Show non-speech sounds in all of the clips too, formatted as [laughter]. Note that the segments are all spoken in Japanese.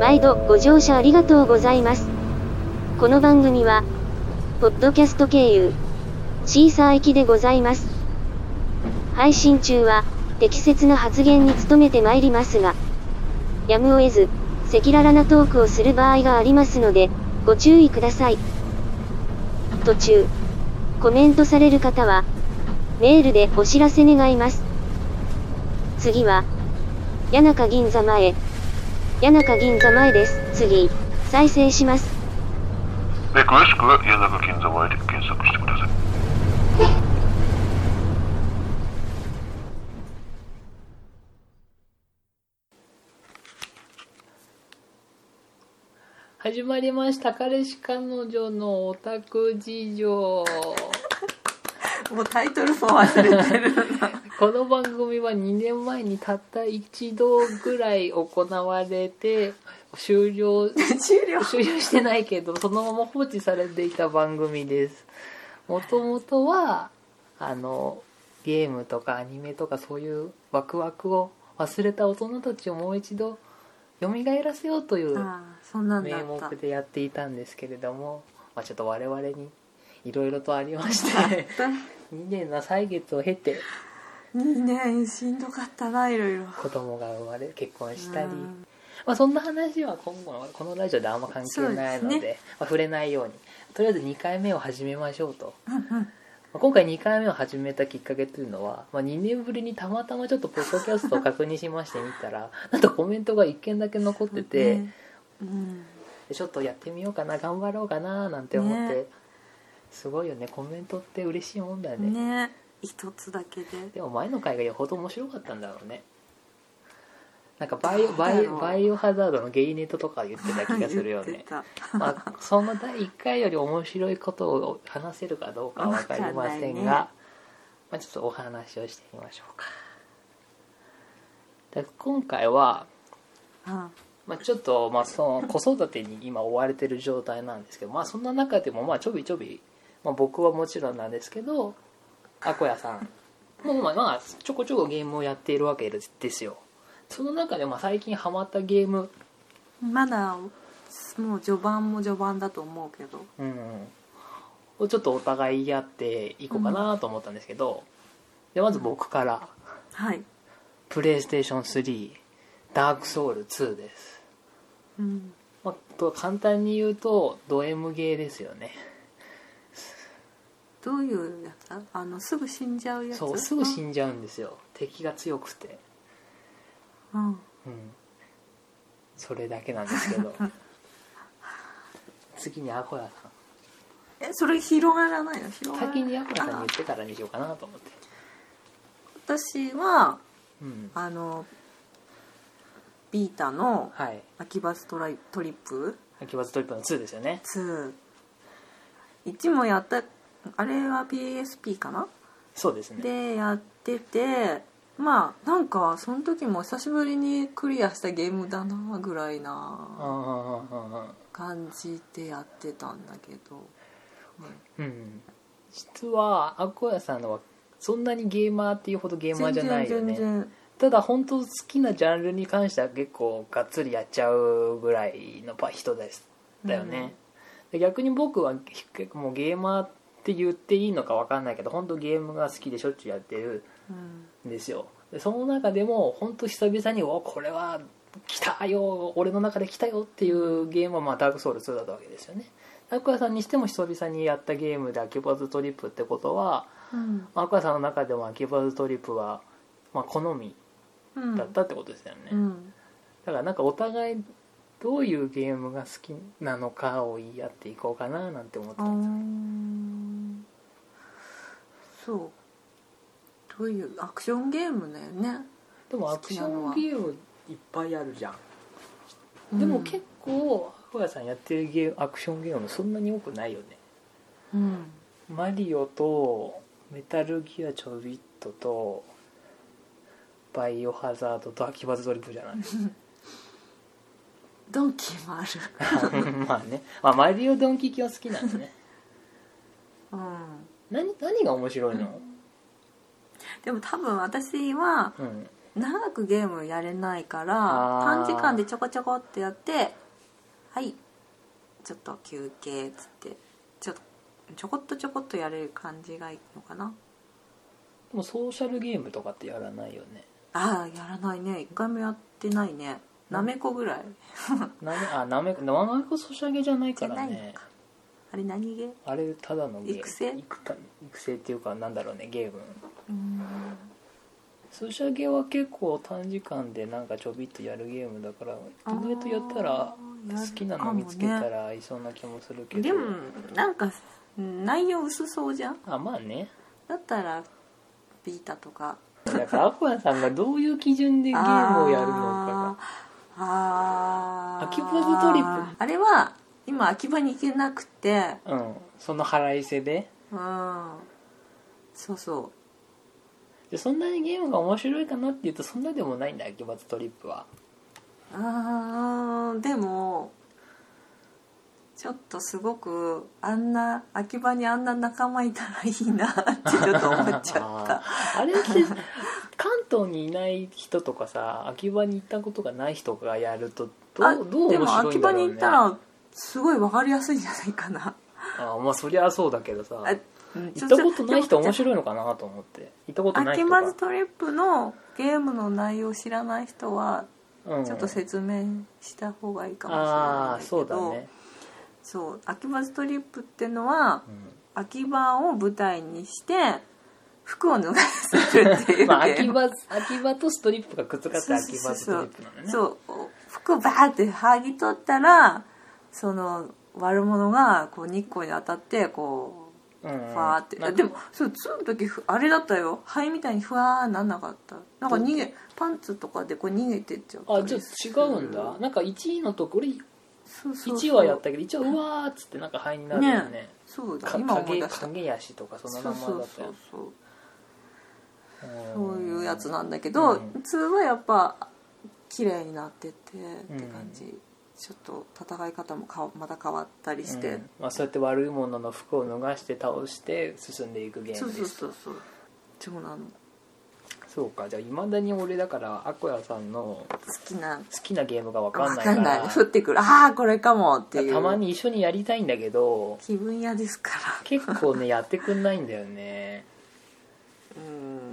毎度ご乗車ありがとうございます。この番組は、ポッドキャスト経由、シーサー駅でございます。配信中は、適切な発言に努めてまいりますが、やむを得ず、赤裸々なトークをする場合がありますので、ご注意ください。途中、コメントされる方は、メールでお知らせ願います。次は、谷中銀座前。谷中銀座前です。次、再生します。で、詳しくは谷中銀座前で検索してください。始まりました彼氏彼女のオタク事情もうタイトルも忘れてるこの番組は2年前にたった一度ぐらい行われて終了終了終了してないけどそのまま放置されていた番組ですもともとはあのゲームとかアニメとかそういうワクワクを忘れた大人たちをもう一度蘇らせようという名目でやっていたんですけれども、まあ、ちょっと我々にいろいろとありまして2年の歳月を経て2年しんどかったないろいろ子供が生まれ結婚したり、まあ、そんな話は今後のこのラジオであんま関係ないので、ね、まあ、触れないようにとりあえず2回目を始めましょうと。今回2回目を始めたきっかけというのは、まあ、2年ぶりにたまたまちょっとポッドキャストを確認しましてみたらなんとコメントが1件だけ残ってて、ねうん、ちょっとやってみようかな頑張ろうかななんて思って、ね、すごいよねコメントって嬉しいもんだよねね一つだけででも前の回がよほど面白かったんだろうねなんかバイオバイバイオハザードのゲイネットとか言ってた気がするよねまあそんな第1回より面白いことを話せるかどうかは分かりませんが、ね、まあ、ちょっとお話をしてみましょうかで今回は、うん、まあ、ちょっと、まあ、その子育てに今追われてる状態なんですけど、まあ、そんな中でもまあちょびちょび、まあ、僕はもちろんなんですけどあこやさんもうまあちょこちょこゲームをやっているわけですよその中でまあ最近ハマったゲームまだもう序盤も序盤だと思うけどうんを、うん、ちょっとお互いやっていこうかなと思ったんですけど、うん、まず僕から、はいプレイステーション3ダークソウル2です、うんまあ、と簡単に言うとド M ゲーですよねどういうやつあのすぐ死んじゃうやつそうすぐ死んじゃうんですよ敵が強くてうん、うん、それだけなんです [laughs] けど次にアコヤさんえそれ広がらないの広がらない先にアコヤさんに言ってからにしようかなと思って私は、うん、あのビータの「秋葉ストライトリップ」秋葉ストリップの2ですよね21もやったあれは PSP かなそうですねでやっててまあなんかその時も久しぶりにクリアしたゲームだなぐらいな感じでやってたんだけど、うん、うん、実はアコヤさんのはそんなにゲーマーっていうほどゲーマーじゃないよねただ本当好きなジャンルに関しては結構がっつりやっちゃうぐらいの人ですだよね、うん、逆に僕は結構もうゲーマーって言っていいのか分かんないけど本当ゲームが好きでしょっちゅうやってるんですよ、でその中でも本当久々に「おこれは来たよ俺の中で来たよ」っていうゲームは、まあ、ダークソウル2だったわけですよねアクアさんにしても久々にやったゲームで「アキバズトリップ」ってことは、うん、アクアさんの中でも「アキバズトリップは」まあ、好みだったってことですよね、うんうん、だからなんかお互いどういうゲームが好きなのかを言い合っていこうかななんて思ってたんですよねそうどういうアクションゲームだよねでもアクションゲームいっぱいあるじゃん、うん、でも結構ふわさんやってるゲームアクションゲームそんなに多くないよねうんマリオとメタルギアちょびっととバイオハザードと秋葉ドリブじゃ [laughs] ないドンキもあるまあね、まあ、マリオドンキ系は好きなんですねうん何何が面白い [laughs] の、うんでも多分私は長くゲームやれないから、うん、短時間でちょこちょこってやってはいちょっと休憩っつってちょっとちょこっとちょこっとやれる感じがいいのかなもソーシャルゲームとかってやらないよねああやらないね一回もやってないねなめこぐらいなめあなめこなめこソシャゲじゃないからじゃないねのかあれ何ゲーあれただのゲーム育成育た育成っていうかなんだろうねゲームうーんソシャゲは結構短時間でなんかちょびっとやるゲームだから意外とやったらあーやる好きなの見つけたかもら合いそうな気もするけねどでもなんか内容薄そうじゃんあまあねだったらビータとかだからアコヤさんがどういう基準でゲームをやるのかあーあー秋葉原トリッあれは今秋葉に行けなくてがうんその腹いせでうんそうそでそんなにゲームが面白いかなっていうとそんなでもないんだ秋葉トリップはうあーでもちょっとすごくあんな秋葉にあんな仲間いたらいいなってちょっと思っちゃったあーあれって関東にいない人とかさ秋葉に行ったことがない人がやるとどあうどうで面も白い秋んだ葉ろにう行ねったらすごい分かりやすいんじゃないかな [laughs] あーまあそりゃそうだけどさあうん行ったことない人ちょ面ちょ白いのかなと思って行ったことない秋人葉がズトリップのゲームの内容を知らない人はうんちょっと説明した方がいいかもしれあないあんだけどそうだね、そう秋葉ストリップってのはう秋葉を舞台にして服を脱がせるっていん、う [laughs] まあゲー秋ム葉 [laughs] 秋葉とストリップがくっつかってそう秋そ葉うとストリッそうプなのねそう服をバーって剥ぎ取ったらその悪者がこう日光に当たってこうんうファーって、なんかでもそうその時ふあれだったよ灰みたいにふわーなんなかったなんか逃げパンツとかでこう逃げてっちゃうあじゃあ違うんだなんか1位のとこ俺そうそうそう1はやったけど一応うわーっつってなんか灰になるよねそうだか今思い影出した影やしとかそそのう名そう前だったそうよそうんそういうやつなんだけど、うん普通はやっぱ綺麗になっててって感じ、うちょっと戦い方もかまた変わったりして、うんまあ、そうやって悪いものの服を脱がして倒して進んでいくゲーそうムですそうそうそうそうなの好そうかじゃあいまだに俺だからアコヤさんのきな好きなゲームが分かん分ないかかんないら降ってくるああこれかもっていうたまに一緒にやりたいんだけど気分屋ですか結構ね [laughs] やってくんないんだよねらうん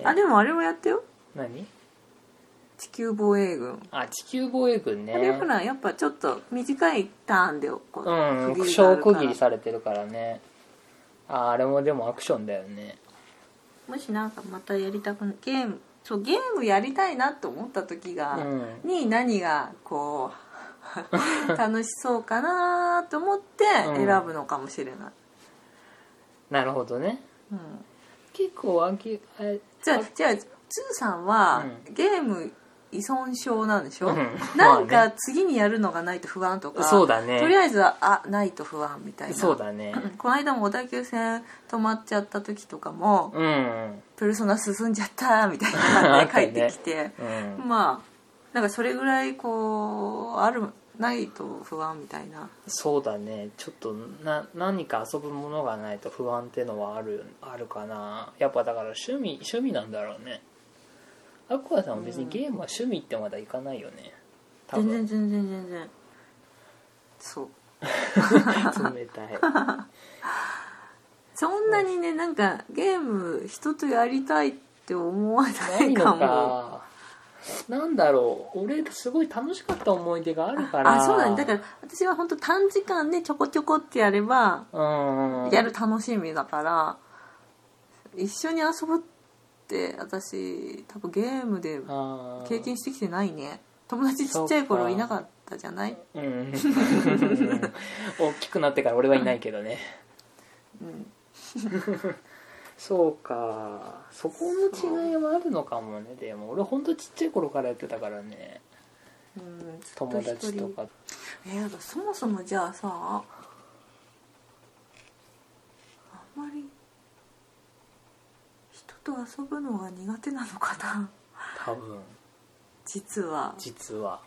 ねあでもあれもやったよ何地球防衛軍あ地球防衛軍ねあれほらやっぱちょっと短いターンでこうん区切りが小ある区から切りされてるからねああれもでもアクションだよねもしなんかまたやりたくなゲームそうゲームやりたいなと思った時うが、んに何がこ [laughs] う楽しそうかなと思ってうん選ぶのかもしれない、なるほどねうん結構あきあれじゃああじゃあつーさんは、うゲーム依存症なんでしょ、うん [laughs] なんまあか次にやるのがないと不安とか、そうだねとりあえずはあないと不安みたいなそうだねうん [laughs] この間も小田急線止まっちゃった時とかもうん「ペルソナ進んじゃった」みたいな感じ [laughs] で帰ってきて、うんまあなんかそれぐらいこうあるないと不安みたいなそうだねちょっとな何か遊ぶものがないと不安ってのはあるあるかなやっぱだから趣味趣味なんだろうねアクアさんは別にゲームは趣味ってまだいかないよね多分全然全然全然そう冷 [laughs] たいそんなにねなんかゲーム人とやりたいって思わなないいのかもかなんだろう俺すごい楽しかった思い出があるからあそうだねだから私は本当短時間でちょこちょこってやればうんやる楽しみだから一緒に遊ぶって私多分ゲームであー経験してきてないね友達ちっちゃい頃いなかったじゃないうん大きくなってから俺はいないけどねうんそうかそこの違いはあるのかもねでも俺ほんとちっちゃい頃からやってたからねうんずっ友一達人とかえー、だからそもそもじゃあさあんまり人と遊ぶのが苦手なのかな [laughs] 多分実は実は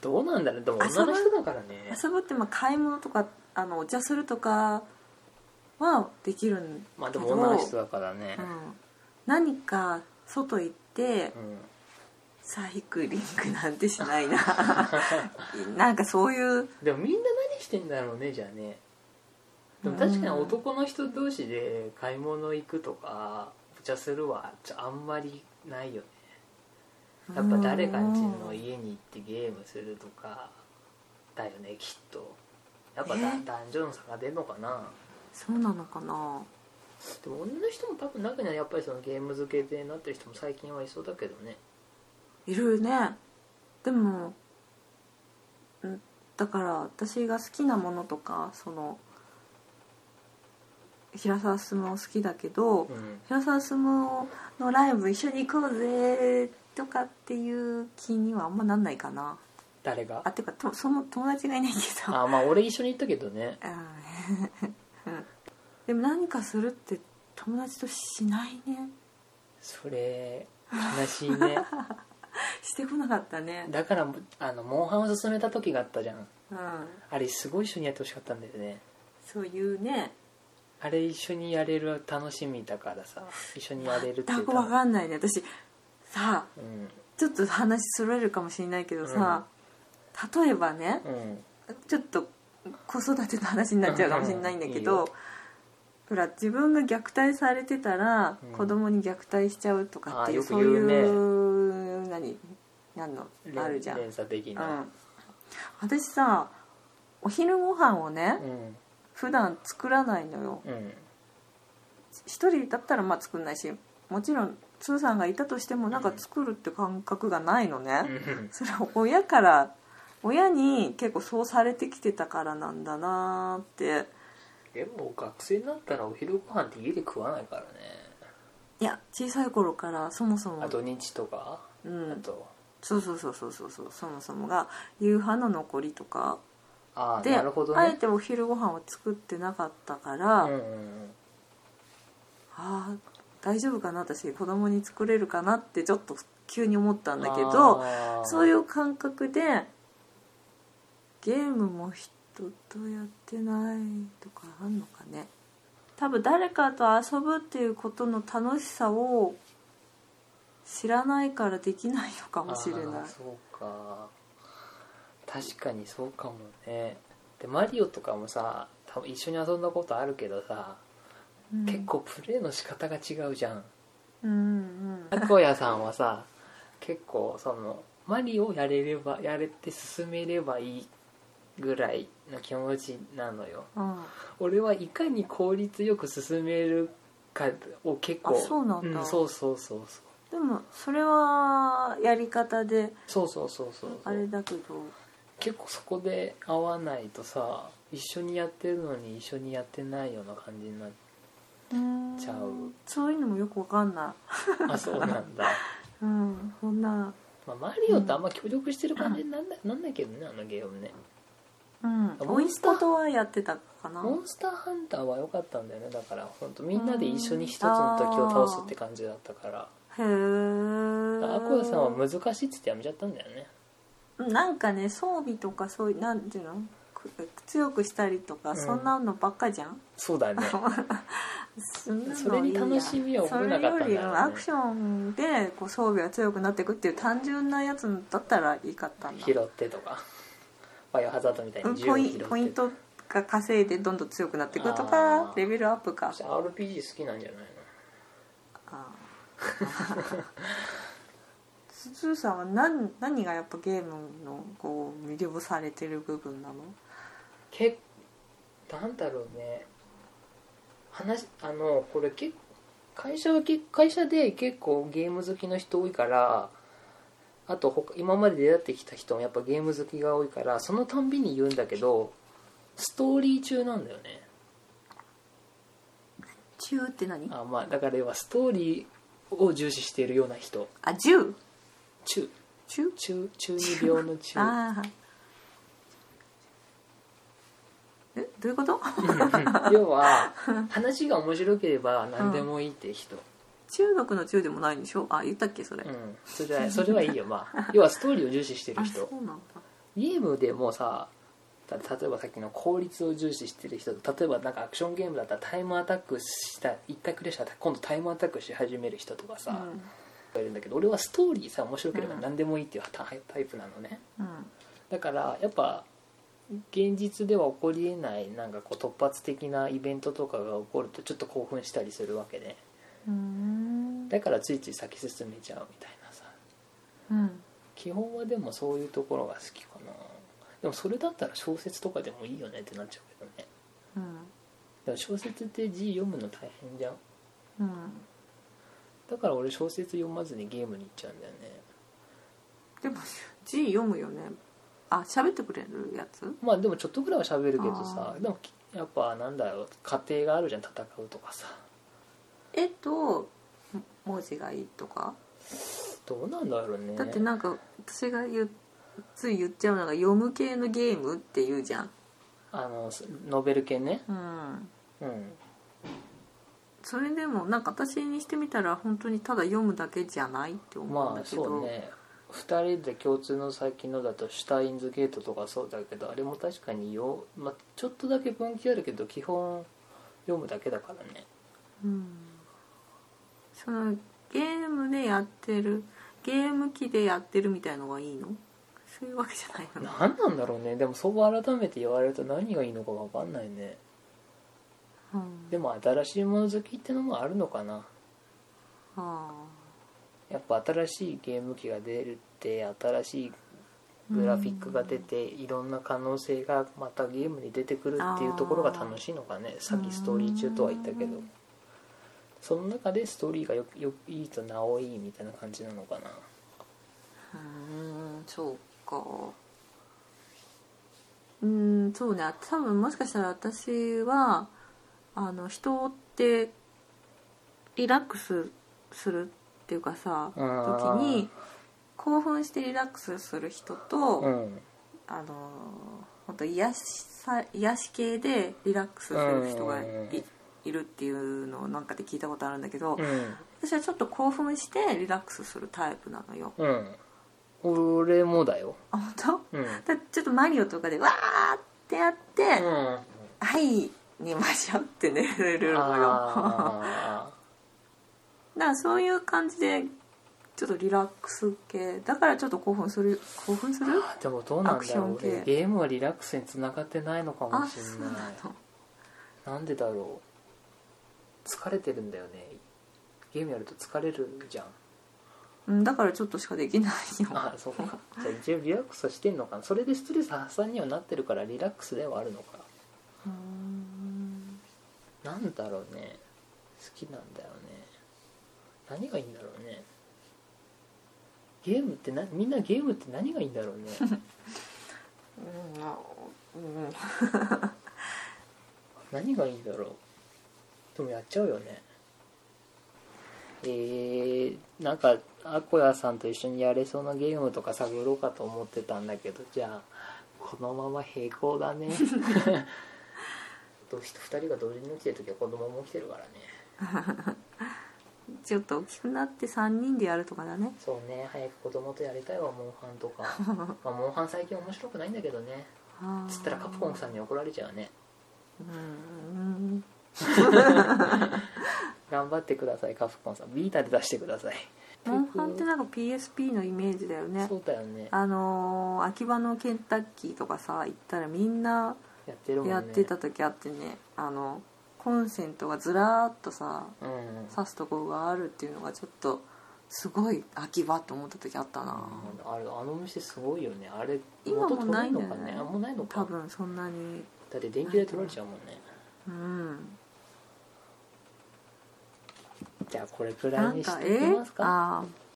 どうなんだろうでも遊ぶ女の人だからね遊ぶってまあ買い物とかあのお茶するとかはできるんまあだでけど、も女の人だからねうん、何か外行ってうんサイクリングなんてしない [laughs] ななんかそういうでもみんな何してんだろうねじゃあねでも確かに男の人同士で買い物行くとかお茶するはちょあんまりないよねやっぱ誰かんちの家に行ってゲームするとかだよねきっとやっぱだえ男女の差が出るのかなそうなのかなでも女の人も多分中にはやっぱりそのゲーム漬けでなってる人も最近はいそうだけどねいるねでもんだから私が好きなものとかその平沢進も好きだけど、うん平沢進のライブ一緒に行こうぜとかっていう気にはあんまなんないかな誰があていうかとその友達がいないけどあまあ俺一緒に行ったけどねうんうんでも何かするって友達としないねそれ悲しいねしてこなかったねだからあのモンハンを勧めた時があったじゃんうんあれすごい一緒にやってほしかったんだよねそういうねあれ一緒にやれる楽しみだからさ一緒にやれるってい全うく分かんないね私さあうんちょっと話それるかもしれないけどさ、例えばね、うんちょっと子育ての話になっちゃうかもしれないんだけうんうんいいどよほら自分が虐待されてたらうん子供に虐待しちゃうとかっていう、あーそうよく言うねいう何何の連あるじゃん、うん連、鎖的な私さお昼ご飯をねうん普段作らないのようん一人だったらまあ作んないしもちろんつーさんがいたとしてもなんか作るって感覚がないのね、うんそれは親から親に結構そうされてきてたからなんだなーってでも学生になったらお昼ご飯って家で食わないからねいや小さい頃からそもそもあ土日とかうあん、とそうそうそうそうそうそうそもそもが夕飯の残りとかああで、なるほどあえねてお昼ご飯を作ってなかったから、うんうあんあー大丈夫かな私子供に作れるかなってちょっと急に思ったうんんだけどああそういう感覚でゲームも人とやってないとかあんのかね多分誰かと遊ぶっていうことの楽しさを知らないからできないのかもしれないあーそうか確かにそうかもねでマリオとかもさ多分一緒に遊んだことあるけどさ、うん結構プレイの仕方が違うじゃんうんうんたこやさんはさ結構そのマリオやれればやれて進めればいいぐらいの気持ちなのようん俺はいかに効率よく進めるかを結構あそうなんだそうそうそうそうでもそれはやり方でそうそうそうそうそうあれだけど結構そこで合わないとさ一緒にやってるのに一緒にやってないような感じになっうんちゃうそういうのもよくわかんなあそうなん [laughs] だ、いうんそんなまあ、マリオってあんま協力してる感じになんないなんないけどねあのゲームねうんモおいンしスいターことはやってたかなモンスターハンターは良かったんだよねだから本当みんなで一緒に一つの時を倒すって感じだったからへえアコヤさんは難しいっつってやめちゃったんだよねなんかね装備とかそういうなんていうのく強くしたりとうか、んそんなのばっかじゃんそうだねそんなのそれに楽しみを覚えなかったんだろうねそれよりもアクションでこう装備が強くなっていくっていう単純なやつだったらいいかったん [laughs] だ拾ってとかバイオハザードみたいうんに銃をポ拾イってポイントが稼いでどんどん強くなっていくとかあーレベルアッ [laughs] プか私 RPG 好きなんじゃないのあー [laughs] つつーさんは何何がやっぱゲームのこう魅了されてる部分なのけなんだろうね話あのこれけ会社はけ会社で結構ゲーム好きの人多いからあと他今まで出会ってきた人もやっぱゲーム好きが多いからそのたんびに言うんだけどストーリー中なんだよね中って何あまあだから要はストーリーを重視しているような人あ銃中中中中二病の中 [laughs] ああえどういうこと要は話が面白ければ何でもいいって人、 [laughs] 中毒の中でもないんでしょあ言ったっけそれ、うん、それはそれはいいよま [laughs] あ要はストーリーを重視してるあそ人うなんだゲームでもさた例えばさっきの効率を重視してる人例えばなんかアクションゲームだったらタイムアタックした一回クリアしたら今度タイムアタックし始める人とかさ、うんぱいいるんだけど俺はストーリーさえ面白ければうん何でもいいっていうタタイプなのねうんだからやっぱ現実では起こりえないなんかこう突発的なイベントとかが起こるとちょっと興奮したりするわけでうんだからついつい先進めちゃうみたいなさうん基本はでもそういうところが好きかなでもそれだったら小説とかでもいいよねってなっちゃうけどねうんでも小説って字読むの大変じゃんうんだから俺小説読まずにゲームに行っちゃうんだよねでも字読むよねあ喋ってくれるやつまあでもちょっとぐらいは喋るけどさあでもきやっぱなんだろう過程があるじゃん戦うとかさ絵と文字がいいとかどうなんだろうねだってなんか私が言うつい言っちゃうのが読む系のゲームって言うじゃんあのすノベル系ねうんうんそれでもなんか私にしてみたら本当にただ読むだけじゃないって思うまんだあけど、そうね2人で共通の最近のだとシュタインズゲートとかそうだけどあれも確かによ、まあ、ちょっとだけ分岐あるけど基本読むだけだからねうんそのゲームでやってるゲーム機でやってるみたいのがいいのそういうわけじゃないの何なんだろうねでもそう改めて言われると何がいいのか分かんないねうんでも新しいもの好きってのもあるのかなあやっぱ新しいゲーム機が出るって新しいグラフィックが出ていろんな可能性がまたゲームに出てくるっていうところが楽しいのかねさっきストーリー中とは言ったけどうんその中でストーリーがよよいいとなおいいみたいな感じなのかなあうんそうかうんそうね多分もしかしたら私はあの人ってリラックスするっていうかさあ時ーに興奮してリラックスする人と、うんあの本当癒しさ癒し系でリラックスする人がい,、うんいるっていうのをなんかで聞いたことあるんだけど、うん私はちょっと興奮してリラックスするタイプなのようん俺もだよあ本うんうん当だちょっとマリオとかでわーってやって、あはい寝ましょうって寝れるのよだかあらそういう感じでちょっとリラックス系だからちょっと興奮する興奮するでもどうなんアクだシろョうン系俺ゲームはリラックスにつながってないのかもあしれそうなないのなんでだろう疲れてるんだよねゲームやると疲れるじゃんうんだからちょっとしかできないよあそうかじゃあ一応リラックスはしてんのかなそれでストレス発散にはなってるからリラックスではあるのかうーんなんだろうね好きなんだよね何がいいんだろうねゲームってなみんなゲームって何がいいんだろうねうんあうん何がいいんだろうでもやっちゃうよねえー、なんかアコヤさんと一緒にやれそうなゲームとか探ろうかと思ってたんだけどじゃあこのまま平行だ [laughs] ねどうして2人が同時に起きてる時は子供も起きてるからねちょっと大きくなって3人でやるとかだねそうね早く子供とやりたいわモンハンとか [laughs] まあモンハン最近面白くないんだけどねつったらカプコンさんに怒られちゃうねうん頑張ってくださいカプコンさんビータで出してくださいモンハンってなんか PSP のイメージだよねそうだよねあのー秋葉のケンタッキーとかさ行ったらみんなやってるもんねやってた時あってねあのコンセントがずらーっとさうん刺すところがあるっていうのがちょっとすごい秋葉って思った時あったなあれあのお店すごいよねあれ今もう元取れんのかないんだねよねあもうないのか多分そんなにだって電気代取られちゃうもんねうんじゃあこれくらないんにしかておえきますかあ